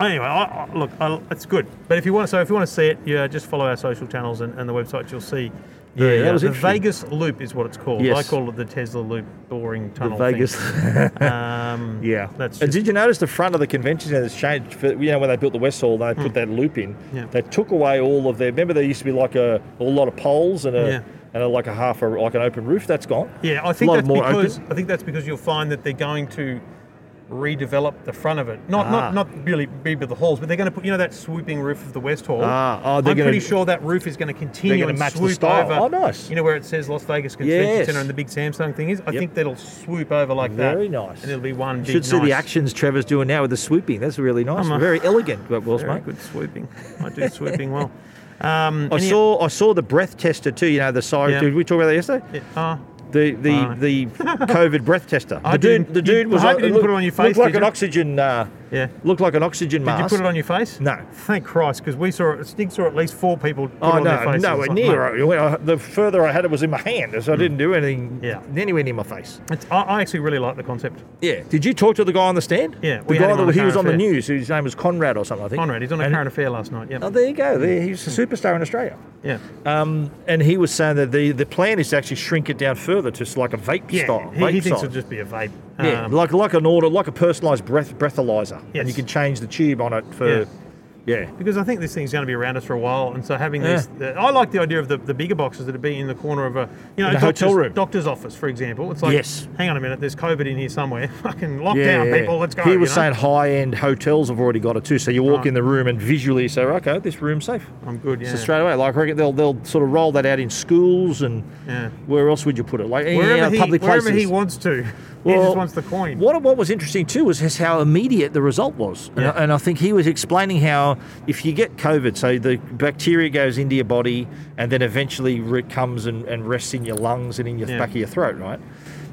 Speaker 2: Anyway, I, I, look, I, it's good. But if you want, so if you want to see it, yeah, just follow our social channels and, and the website. You'll see. The, uh,
Speaker 1: Yeah, that was
Speaker 2: the
Speaker 1: interesting.
Speaker 2: Vegas Loop is what it's called.
Speaker 1: Yes.
Speaker 2: I call it the Tesla Loop boring
Speaker 1: The
Speaker 2: tunnel.
Speaker 1: Vegas. [laughs]
Speaker 2: Thing. Um,
Speaker 1: yeah.
Speaker 2: that's
Speaker 1: and
Speaker 2: just-
Speaker 1: did you notice the front of the convention centre has changed? For, you know, when they built the West Hall, they put that loop in.
Speaker 2: Hmm. Yeah.
Speaker 1: They took away all of their. Remember, there used to be like a, a lot of poles and a.
Speaker 2: Yeah.
Speaker 1: And a, like a half, a, like an open roof, that's gone.
Speaker 2: yeah, I
Speaker 1: A
Speaker 2: think
Speaker 1: lot
Speaker 2: that's
Speaker 1: more open.
Speaker 2: because I think that's because you'll find that they're going to redevelop the front of it. Not
Speaker 1: Ah.
Speaker 2: not not really big with the halls, but they're going to put you know that swooping roof of the West Hall.
Speaker 1: Ah, oh,
Speaker 2: I'm
Speaker 1: they're gonna-
Speaker 2: pretty sure that roof is going to continue
Speaker 1: gonna
Speaker 2: and
Speaker 1: match the
Speaker 2: swoop
Speaker 1: style.
Speaker 2: over.
Speaker 1: Oh, nice.
Speaker 2: You know where it says Las Vegas Convention
Speaker 1: Yes.
Speaker 2: Center and the big Samsung thing is. I think that'll swoop over like that.
Speaker 1: Very nice.
Speaker 2: And it'll be one big.
Speaker 1: Should see the
Speaker 2: nice-
Speaker 1: actions Trevor's doing now with the swooping. That's really nice.
Speaker 2: I'm a-
Speaker 1: Very elegant, but Will's
Speaker 2: Very
Speaker 1: mate.
Speaker 2: good swooping. I do swooping
Speaker 1: [laughs]
Speaker 2: well. Um,
Speaker 1: I
Speaker 2: any-
Speaker 1: saw I saw the breath tester too. You know the siren.
Speaker 2: Yeah.
Speaker 1: Did we talk about that yesterday?
Speaker 2: Yeah, ah,
Speaker 1: The the
Speaker 2: Oh. [laughs]
Speaker 1: the COVID breath tester.
Speaker 2: I
Speaker 1: The dude
Speaker 2: didn't-
Speaker 1: the
Speaker 2: you-
Speaker 1: dude was
Speaker 2: I hope
Speaker 1: like-
Speaker 2: you didn't
Speaker 1: looked-
Speaker 2: put it on your face,
Speaker 1: Looked like
Speaker 2: did
Speaker 1: an
Speaker 2: you?
Speaker 1: oxygen. Uh,
Speaker 2: Yeah.
Speaker 1: Looked like an oxygen
Speaker 2: Did you
Speaker 1: mask.
Speaker 2: put it on your face?
Speaker 1: Ah, No.
Speaker 2: Thank Christ, because we saw it. Stig saw at least four people. Put it
Speaker 1: Oh
Speaker 2: on their
Speaker 1: no,
Speaker 2: faces.
Speaker 1: nowhere
Speaker 2: It's like,
Speaker 1: near. I-
Speaker 2: mate,
Speaker 1: when I- the further I had it was in my hand, so I didn't do anything
Speaker 2: Yeah.
Speaker 1: anywhere near my face.
Speaker 2: It's, I, I actually really like the concept.
Speaker 1: Yeah. Did you talk to the guy on the stand?
Speaker 2: Yeah,
Speaker 1: The
Speaker 2: we had
Speaker 1: guy
Speaker 2: him on
Speaker 1: that
Speaker 2: the
Speaker 1: he was
Speaker 2: current
Speaker 1: on the
Speaker 2: affair.
Speaker 1: news. His name was Conrad or something. I think.
Speaker 2: Conrad, he's on a current affair last night. Yeah,
Speaker 1: Oh, there you go. There, he was a superstar in Australia.
Speaker 2: yeah.
Speaker 1: Um, and he was saying that the, the plan is to actually shrink it down further to s- like a vape
Speaker 2: yeah.
Speaker 1: style.
Speaker 2: he,
Speaker 1: vape
Speaker 2: he thinks
Speaker 1: size.
Speaker 2: it'll just be a vape.
Speaker 1: yeah,
Speaker 2: Um,
Speaker 1: like like an order, like a personalised breath breathalyzer, and you
Speaker 2: Yes.
Speaker 1: can change the tube on it for.
Speaker 2: Yeah.
Speaker 1: Yeah.
Speaker 2: because I think this thing's going to be around us for a while, and so having
Speaker 1: Yeah.
Speaker 2: these, the, I like the idea of the, the bigger boxes that would be in the corner of a, you know,
Speaker 1: In a
Speaker 2: doctor's,
Speaker 1: hotel room.
Speaker 2: doctor's office, for example. It's like,
Speaker 1: Yes.
Speaker 2: hang on a minute, there's COVID in here somewhere. [laughs] Fucking lockdown,
Speaker 1: Yeah, yeah.
Speaker 2: people. Let's go.
Speaker 1: He was
Speaker 2: you know?
Speaker 1: saying high end hotels have already got it too. So you walk
Speaker 2: Right.
Speaker 1: in the room and visually you say, okay, this room's safe.
Speaker 2: I'm good. Yeah.
Speaker 1: So straight away, like I reckon they'll they'll sort of roll that out in schools and
Speaker 2: Yeah.
Speaker 1: where else would you put it? Like any
Speaker 2: wherever
Speaker 1: other
Speaker 2: he,
Speaker 1: public
Speaker 2: wherever
Speaker 1: places.
Speaker 2: he wants to, he
Speaker 1: Well,
Speaker 2: just wants the coin.
Speaker 1: What, what was interesting too was just how immediate the result was. And, I,
Speaker 2: Yeah.
Speaker 1: and I think he was explaining how if you get COVID, so the bacteria goes into your body and then eventually re- comes and, and rests in your lungs and in your
Speaker 2: Yeah.
Speaker 1: back of your throat, right?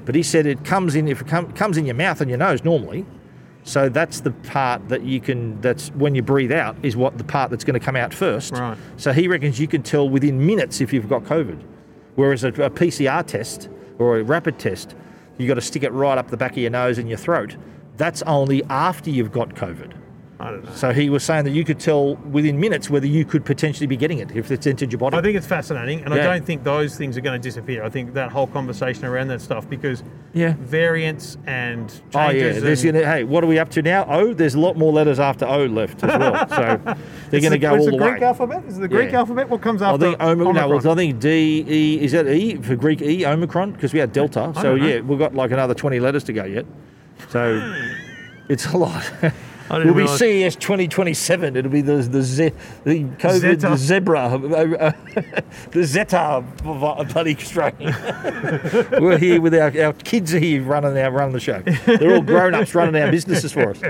Speaker 1: But he said it comes in if it com- comes in your mouth and your nose normally. So that's the part that you can. That's when you breathe out is what the part that's going to come out first.
Speaker 2: Right.
Speaker 1: So he reckons you can tell within minutes if you've got COVID, whereas a, a PCR test or a rapid test, you got to stick it right up the back of your nose and your throat. That's only after you've got COVID.
Speaker 2: I don't know.
Speaker 1: So he was saying that you could tell within minutes whether you could potentially be getting it if it's entered your body.
Speaker 2: I think it's fascinating, and
Speaker 1: Yeah.
Speaker 2: I don't think those things are going to disappear. I think that whole conversation around that stuff because
Speaker 1: Yeah.
Speaker 2: variants and changes.
Speaker 1: Oh yeah, there's
Speaker 2: and-
Speaker 1: gonna, hey, what are we up to now? O, there's a lot more letters after O left as well,
Speaker 2: [laughs]
Speaker 1: so they're going to
Speaker 2: It's
Speaker 1: go
Speaker 2: it's
Speaker 1: all
Speaker 2: the
Speaker 1: the
Speaker 2: Greek
Speaker 1: way.
Speaker 2: alphabet. Is it the Greek
Speaker 1: Yeah. Oh,
Speaker 2: alphabet? What comes
Speaker 1: I
Speaker 2: after?
Speaker 1: think Omicron. No,
Speaker 2: Omicron?
Speaker 1: well, I think D E is that E for Greek E Omicron because we had Delta. So
Speaker 2: I don't know.
Speaker 1: yeah, we've got like another twenty letters to go yet. So
Speaker 2: [laughs]
Speaker 1: it's a lot.
Speaker 2: I didn't
Speaker 1: We'll be
Speaker 2: realise-
Speaker 1: CES 2027. It'll be the the, ze- the COVID
Speaker 2: Zeta.
Speaker 1: zebra, uh, uh, [laughs] the Zeta bu- bloody strain. [laughs] We're here with our, our kids are here running our running the show. They're all grown ups running our businesses for us.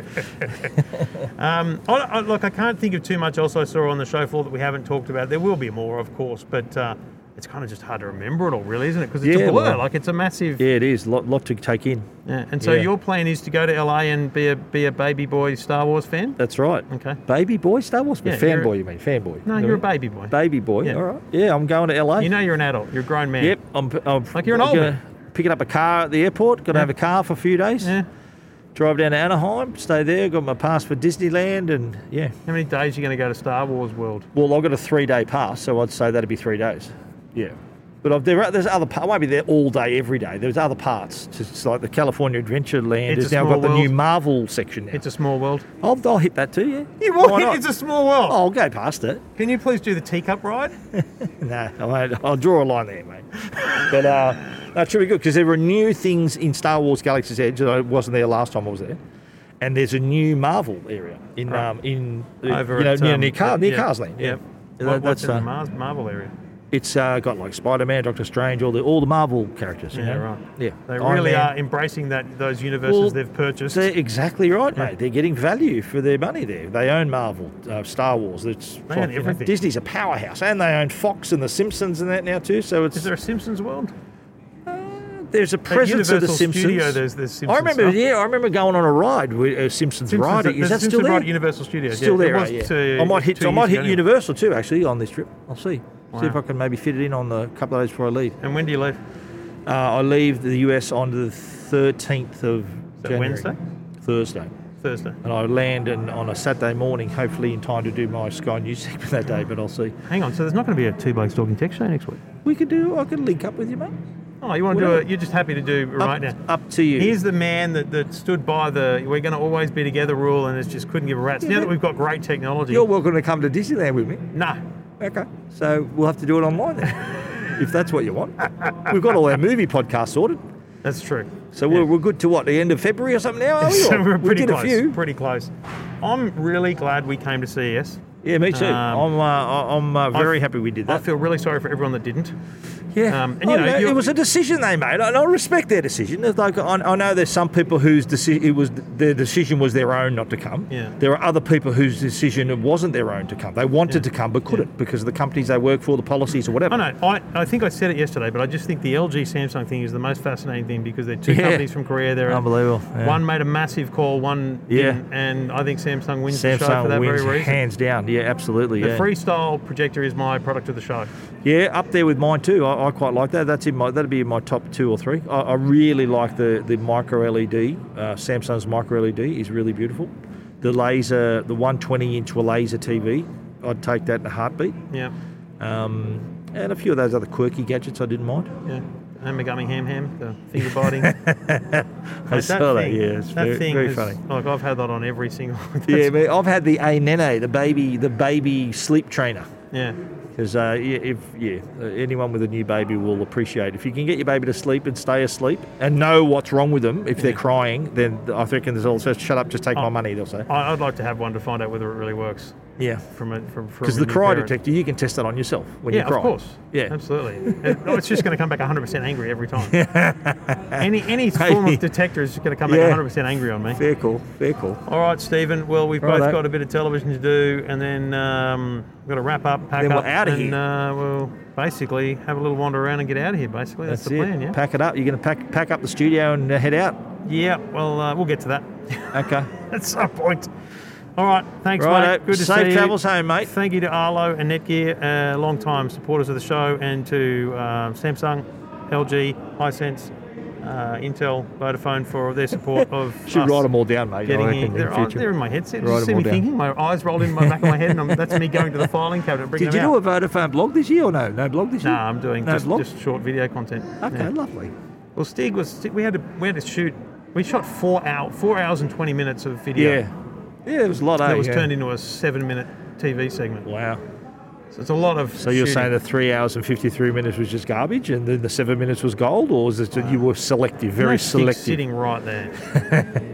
Speaker 2: Um, I, I, look, I can't think of too much else I saw on the show floor that we haven't talked about. There will be more, of course, but uh, it's kind of just hard to remember it all, really, isn't it? Because it's
Speaker 1: Yeah,
Speaker 2: a blur.
Speaker 1: well-
Speaker 2: like it's a massive.
Speaker 1: [laughs] Yeah, it is lot lot to take in.
Speaker 2: Yeah, And so
Speaker 1: Yeah.
Speaker 2: your plan is to go to LA and be a be a baby boy Star Wars fan?
Speaker 1: That's right.
Speaker 2: Okay.
Speaker 1: Baby boy Star Wars fan.
Speaker 2: Yeah, you're-
Speaker 1: fanboy, you mean fanboy?
Speaker 2: No, you're a baby boy.
Speaker 1: Baby boy.
Speaker 2: Yeah.
Speaker 1: All right. Yeah, I'm going to LA.
Speaker 2: You know you're an adult. You're a grown man.
Speaker 1: Yep. I'm. I'm
Speaker 2: Like you're an old
Speaker 1: gonna-
Speaker 2: man.
Speaker 1: Picking up a car at the airport. Going to have a car for a few days.
Speaker 2: Yeah.
Speaker 1: Drive down to Anaheim. Stay there. Got my pass for Disneyland, and yeah.
Speaker 2: How many days are you going to go to Star Wars World?
Speaker 1: Well, I've got a three-day pass, so I'd say that'd be three days. Yeah. But I've, there are, there's other. pa- I won't be there all day, every day. There's other parts. It's like the California Adventureland
Speaker 2: It's
Speaker 1: has
Speaker 2: a
Speaker 1: now
Speaker 2: small
Speaker 1: got the new
Speaker 2: world.
Speaker 1: Marvel section now.
Speaker 2: It's a small world.
Speaker 1: I'll, I'll hit that too. Yeah.
Speaker 2: You will.
Speaker 1: Why not?
Speaker 2: It's a small world.
Speaker 1: I'll go past it.
Speaker 2: Can you please do the teacup ride?
Speaker 1: No, I won't. I'll draw a line there, mate. But uh, that should be good because there were new things in Star Wars: Galaxy's Edge that I wasn't there last time I was there, and there's a new Marvel area in
Speaker 2: Right.
Speaker 1: um, in uh,
Speaker 2: Over
Speaker 1: you know
Speaker 2: at,
Speaker 1: near,
Speaker 2: um,
Speaker 1: near, Car-
Speaker 2: uh,
Speaker 1: near
Speaker 2: yeah,
Speaker 1: Cars Lane.
Speaker 2: Yeah.
Speaker 1: Yeah,
Speaker 2: What-
Speaker 1: that-
Speaker 2: what's
Speaker 1: that's,
Speaker 2: in the
Speaker 1: uh,
Speaker 2: Mars, Marvel area?
Speaker 1: It's uh, got like Spider-Man, Doctor Strange, all the all the Marvel characters. you
Speaker 2: Yeah,
Speaker 1: know?
Speaker 2: right.
Speaker 1: Yeah,
Speaker 2: They
Speaker 1: Iron
Speaker 2: really
Speaker 1: Man.
Speaker 2: are embracing that those universes
Speaker 1: Well,
Speaker 2: they've purchased.
Speaker 1: They're exactly right, mate. They're getting value for their money there. They own Marvel, uh, Star Wars. It's
Speaker 2: They own everything.
Speaker 1: Disney's a powerhouse, and they own Fox and The Simpsons and that now too. So it's
Speaker 2: Is there a Simpsons world?
Speaker 1: There's a presence of the
Speaker 2: Universal
Speaker 1: Simpsons.
Speaker 2: Studio, there's- there's Simpsons
Speaker 1: I remember,
Speaker 2: stuff.
Speaker 1: yeah, I remember going on a ride with uh, Simpsons, ride.
Speaker 2: there's
Speaker 1: Is
Speaker 2: a
Speaker 1: that still
Speaker 2: Simpsons
Speaker 1: there?
Speaker 2: ride at Universal Studios.
Speaker 1: still
Speaker 2: yeah.
Speaker 1: there,
Speaker 2: It
Speaker 1: right?
Speaker 2: was
Speaker 1: Yeah.
Speaker 2: two-
Speaker 1: I might hit.
Speaker 2: two
Speaker 1: I might
Speaker 2: years
Speaker 1: hit
Speaker 2: ago now.
Speaker 1: Universal too, actually, on this trip. I'll see. See if
Speaker 2: Wow.
Speaker 1: I can maybe fit it in on the couple of days before I leave.
Speaker 2: And when do you leave?
Speaker 1: Uh, I leave the US on the 13th of
Speaker 2: that
Speaker 1: January,
Speaker 2: Wednesday?
Speaker 1: Thursday,
Speaker 2: Thursday.
Speaker 1: and I land and on a Saturday morning, hopefully in time to do my Sky News [laughs] segment that day. But I'll see.
Speaker 2: Hang on. So there's not going to be a two blokes talking tech show next week.
Speaker 1: We could do. I could link up with you, mate.
Speaker 2: Oh, you want to do
Speaker 1: Whatever.
Speaker 2: it? You're just happy to do right
Speaker 1: up,
Speaker 2: now.
Speaker 1: Up to uh, you.
Speaker 2: Here's the man that, that stood by the "we're going to always be together" rule, and it's just couldn't give a rat's.
Speaker 1: Yeah,
Speaker 2: Now that
Speaker 1: but-
Speaker 2: we've got great technology,
Speaker 1: You're welcome to come to Disneyland with me.
Speaker 2: no,
Speaker 1: Okay.
Speaker 2: [laughs]
Speaker 1: So we'll have to do it online then, if that's what you want. We've got all our movie podcasts sorted.
Speaker 2: That's true.
Speaker 1: So
Speaker 2: Yeah.
Speaker 1: we're, we're good to what the end of February or something now, are we?
Speaker 2: [laughs] so
Speaker 1: Or-
Speaker 2: we're
Speaker 1: Oh, we
Speaker 2: pretty
Speaker 1: did
Speaker 2: close.
Speaker 1: a few.
Speaker 2: Pretty close. I'm really glad we came to CES.
Speaker 1: Yeah, me too.
Speaker 2: Um,
Speaker 1: I'm uh, I- I'm uh, very
Speaker 2: I-
Speaker 1: happy we did
Speaker 2: I
Speaker 1: that.
Speaker 2: feel really sorry for everyone that didn't.
Speaker 1: Yeah,
Speaker 2: Um, and, you
Speaker 1: I
Speaker 2: know, you-
Speaker 1: it was a decision they made, and I respect their decision. It's Like I, I know there's some people whose decision it was their decision was their own not to come.
Speaker 2: Yeah.
Speaker 1: There are other people whose decision it wasn't their own to come. They wanted to come but couldn't because of the companies they work for, the policies or whatever.
Speaker 2: I know. Oh, I, I think I said it yesterday, but I just think the LG Samsung thing is the most fascinating thing because they're two
Speaker 1: Yeah.
Speaker 2: companies from Korea. They're
Speaker 1: Unbelievable, yeah.
Speaker 2: One made a massive call, one
Speaker 1: Yeah.
Speaker 2: didn't, and I think Samsung wins the show for
Speaker 1: Samsung
Speaker 2: that
Speaker 1: wins
Speaker 2: very reason.
Speaker 1: hands down. Yeah, absolutely.
Speaker 2: The
Speaker 1: yeah.
Speaker 2: freestyle projector is my product of the show.
Speaker 1: Yeah, up there with mine too. I, I quite like that. That's in my that'd be in my top two or three. I, I really like the the micro LED. Uh, Samsung's micro LED is really beautiful. The laser, the 120 inch laser TV, I'd take that in a heartbeat.
Speaker 2: Yeah,
Speaker 1: Um, and a few of those other quirky gadgets I didn't mind.
Speaker 2: yeah. And Megami Ham Ham, the finger biting.
Speaker 1: [laughs]
Speaker 2: Mate,
Speaker 1: I saw that. Yeah, it's
Speaker 2: that
Speaker 1: very,
Speaker 2: thing
Speaker 1: very
Speaker 2: is-
Speaker 1: funny.
Speaker 2: Like I've had that on every single. [laughs]
Speaker 1: Yeah, but I've had the A Nene, the baby, the baby sleep trainer.
Speaker 2: yeah.
Speaker 1: Because uh, yeah, if yeah, uh, anyone with a new baby will appreciate if you can get your baby to sleep and stay asleep and know what's wrong with them. If they're crying, then I reckon there's all says, "Shut up, just
Speaker 2: Oh.
Speaker 1: take my money." They'll say,
Speaker 2: I, I'd like to have one to find out whether it really works.
Speaker 1: "Yeah,"
Speaker 2: From a from from
Speaker 1: because
Speaker 2: a
Speaker 1: the
Speaker 2: new
Speaker 1: cry
Speaker 2: parent.
Speaker 1: detector you can test that on yourself when
Speaker 2: Yeah,
Speaker 1: you cry.
Speaker 2: of course.
Speaker 1: Yeah.
Speaker 2: absolutely. And- oh, it's just going to come back 100 percent angry
Speaker 1: [laughs]
Speaker 2: every time. any any form
Speaker 1: Maybe.
Speaker 2: of detector is just going to come back
Speaker 1: Yeah.
Speaker 2: 100 percent angry on me.
Speaker 1: Fair call. Fair call.
Speaker 2: All right, Stephen. Well, we've
Speaker 1: Righto.
Speaker 2: both got a bit of television to do, and then um, we've got to wrap up, pack
Speaker 1: Then we're
Speaker 2: up,
Speaker 1: outta
Speaker 2: and
Speaker 1: here.
Speaker 2: Uh, we'll basically have a little wander around and get out of here. Basically, that's,
Speaker 1: That's,
Speaker 2: the
Speaker 1: it.
Speaker 2: plan. Yeah.
Speaker 1: Pack it up. You're going to pack pack up the studio and uh, head out.
Speaker 2: yeah. Well, uh, we'll get to that [laughs]
Speaker 1: Okay.
Speaker 2: at some point. All right. Thanks,
Speaker 1: Righto.
Speaker 2: mate. Good to
Speaker 1: Safe
Speaker 2: see you.
Speaker 1: travels home, mate.
Speaker 2: Thank you to Arlo and Netgear, uh, long-time supporters of the show, and to um, Samsung, LG, Hisense, uh, Intel, Vodafone for
Speaker 1: [laughs]
Speaker 2: their support of
Speaker 1: Should
Speaker 2: us
Speaker 1: write them all down, mate. I
Speaker 2: getting
Speaker 1: reckon,
Speaker 2: in. They're,
Speaker 1: in
Speaker 2: oh,
Speaker 1: future.
Speaker 2: they're in my headset.
Speaker 1: Write
Speaker 2: Did
Speaker 1: 'em all
Speaker 2: you see me
Speaker 1: down.
Speaker 2: thinking? My eyes rolled in my back of my head, and I'm, that's me going to the filing cabinet. and Bringing
Speaker 1: Did you
Speaker 2: them
Speaker 1: do
Speaker 2: out.
Speaker 1: a Vodafone blog this year or no? No blog this
Speaker 2: No,
Speaker 1: year.
Speaker 2: I'm doing
Speaker 1: no
Speaker 2: just,
Speaker 1: blog.
Speaker 2: just short video content.
Speaker 1: okay,
Speaker 2: Yeah.
Speaker 1: lovely.
Speaker 2: Well, Stig was Stig- we had to we had to shoot. We shot four hour four hours and twenty minutes of video.
Speaker 1: Yeah. Yeah, it was a lot.
Speaker 2: That
Speaker 1: eh?
Speaker 2: was
Speaker 1: yeah.
Speaker 2: turned into a seven minute TV segment.
Speaker 1: Wow.
Speaker 2: So it's a lot of.
Speaker 1: So you're
Speaker 2: shooting.
Speaker 1: saying the three hours and 53 minutes was just garbage and then the seven minutes was gold, or is it that you were selective, very
Speaker 2: No stick
Speaker 1: selective?
Speaker 2: sitting
Speaker 1: [laughs]
Speaker 2: right there.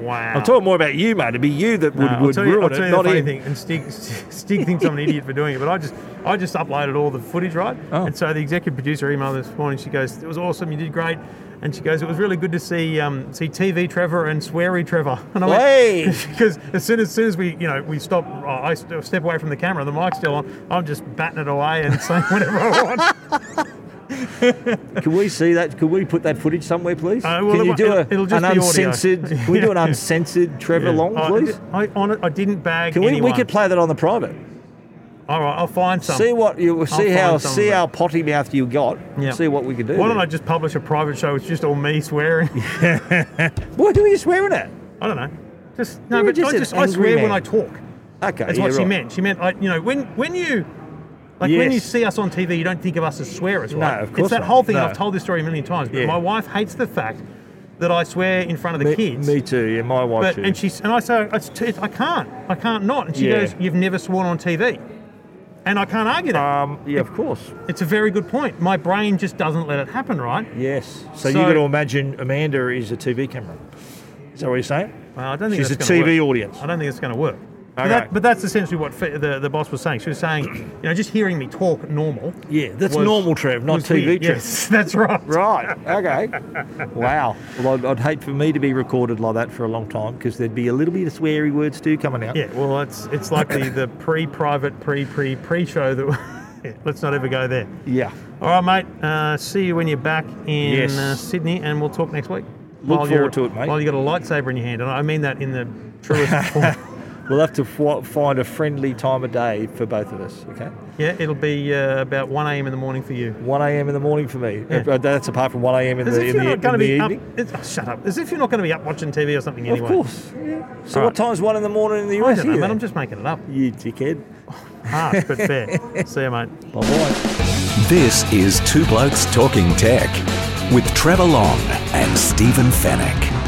Speaker 2: wow.
Speaker 1: I'm talking more about you, mate. It'd be you that would,
Speaker 2: No, I'll
Speaker 1: would
Speaker 2: tell you, I'll
Speaker 1: ruin
Speaker 2: tell
Speaker 1: it,
Speaker 2: you the
Speaker 1: not
Speaker 2: funny
Speaker 1: him.
Speaker 2: thing, and Stig, Stig thinks I'm an idiot for doing it, but I just I just uploaded all the footage, right?
Speaker 1: Oh.
Speaker 2: And so the executive producer emailed this morning. She goes, "It was awesome. You did great." And she goes, "It was really good to see um, see TV Trevor and sweary Trevor." [laughs] And I
Speaker 1: Hey!
Speaker 2: because as soon as soon as we you know we stop, I st- step away from the camera, the mic's still on. I'm just batting it away and saying [laughs] whatever I want.
Speaker 1: Can we see that? Can we put that footage somewhere, please?
Speaker 2: Uh, well,
Speaker 1: can you
Speaker 2: it-
Speaker 1: do a,
Speaker 2: it'll just
Speaker 1: an
Speaker 2: be audio.
Speaker 1: uncensored? Can we [laughs] do an
Speaker 2: Yeah.
Speaker 1: uncensored Trevor Long,
Speaker 2: I-
Speaker 1: please?
Speaker 2: I, on it, I didn't bag
Speaker 1: Can we?
Speaker 2: anyone.
Speaker 1: We could play that on the private.
Speaker 2: All right, I'll find some.
Speaker 1: See what you see
Speaker 2: find
Speaker 1: how
Speaker 2: some of
Speaker 1: see
Speaker 2: it.
Speaker 1: how potty mouthed you got.
Speaker 2: Yeah.
Speaker 1: See what we could do.
Speaker 2: Why don't I
Speaker 1: there.
Speaker 2: just publish a private show? It's just all me
Speaker 1: [laughs]
Speaker 2: swearing.
Speaker 1: What are you swearing at?
Speaker 2: I don't know. Just no,
Speaker 1: You're
Speaker 2: but
Speaker 1: just
Speaker 2: I
Speaker 1: an
Speaker 2: just I
Speaker 1: angry
Speaker 2: swear when
Speaker 1: man.
Speaker 2: I talk.
Speaker 1: Okay,
Speaker 2: That's
Speaker 1: yeah,
Speaker 2: what she
Speaker 1: right.
Speaker 2: meant. She meant I, you know, when when you like when you
Speaker 1: Yes.
Speaker 2: see us on TV, you don't think of us as swearers, right?
Speaker 1: of
Speaker 2: It's
Speaker 1: course
Speaker 2: that
Speaker 1: not.
Speaker 2: whole thing.
Speaker 1: No.
Speaker 2: I've told this story a million times, but
Speaker 1: Yeah.
Speaker 2: my wife hates the fact that I swear in front of the
Speaker 1: Me,
Speaker 2: kids.
Speaker 1: me too. Yeah, my wife.
Speaker 2: but
Speaker 1: too.
Speaker 2: and she and I say it's t- I can't, I can't not. And she
Speaker 1: Yeah.
Speaker 2: goes, "You've never sworn on TV," and I can't argue that.
Speaker 1: um, yeah, of course.
Speaker 2: it's a very good point. My brain just doesn't let it happen, right?
Speaker 1: Yes. So,
Speaker 2: So-
Speaker 1: you got to imagine Amanda is a TV camera. Is that what you're saying?
Speaker 2: Well, I don't think
Speaker 1: She's a
Speaker 2: that's gonna
Speaker 1: TV
Speaker 2: work.
Speaker 1: audience.
Speaker 2: I don't think it's going to work. But,
Speaker 1: Okay.
Speaker 2: that, but that's essentially what fe- the, the boss was saying. She was saying, you know, just hearing me talk normal.
Speaker 1: Yeah, that's
Speaker 2: was-
Speaker 1: normal, Trev, not
Speaker 2: was
Speaker 1: TV,
Speaker 2: weird.
Speaker 1: Trev.
Speaker 2: Yes, [laughs] that's right.
Speaker 1: Right. Okay. [laughs] wow. Well, I'd, I'd hate for me to be recorded like that for a long time because there'd be a little bit of sweary words too coming out.
Speaker 2: Yeah, well, it's it's like the, the pre private, pre pre pre show that. [laughs] yeah, let's not ever go there.
Speaker 1: Yeah.
Speaker 2: All right, mate. Uh, see you when you're back in
Speaker 1: Yes.
Speaker 2: uh, Sydney, and we'll talk next week.
Speaker 1: Look
Speaker 2: While you're-
Speaker 1: forward to it, mate.
Speaker 2: While you got a lightsaber in your hand, and I mean that in the
Speaker 1: [laughs]
Speaker 2: truest form.
Speaker 1: We'll have to f- find a friendly time of day for both of us. Okay.
Speaker 2: Yeah, it'll be uh, about 1 a.m. in the morning for you.
Speaker 1: 1 a.m. in the morning for me.
Speaker 2: Yeah.
Speaker 1: Uh, That's apart from 1 a.m. in
Speaker 2: As
Speaker 1: the, e-,
Speaker 2: if
Speaker 1: in
Speaker 2: you're
Speaker 1: the,
Speaker 2: not going to
Speaker 1: in the
Speaker 2: be up,
Speaker 1: evening.
Speaker 2: it's, oh, shut up. As if you're not going to be up watching TV or something anyway.
Speaker 1: Of course. Yeah. So
Speaker 2: All
Speaker 1: what
Speaker 2: right.
Speaker 1: time's one in the morning in the
Speaker 2: I
Speaker 1: US?
Speaker 2: don't know,
Speaker 1: here
Speaker 2: man. I'm
Speaker 1: then?
Speaker 2: just making it up.
Speaker 1: You dickhead.
Speaker 2: Harsh but fair. See you, mate.
Speaker 1: Bye bye.
Speaker 3: This is Two Blokes Talking Tech with Trevor Long and Stephen Fennec.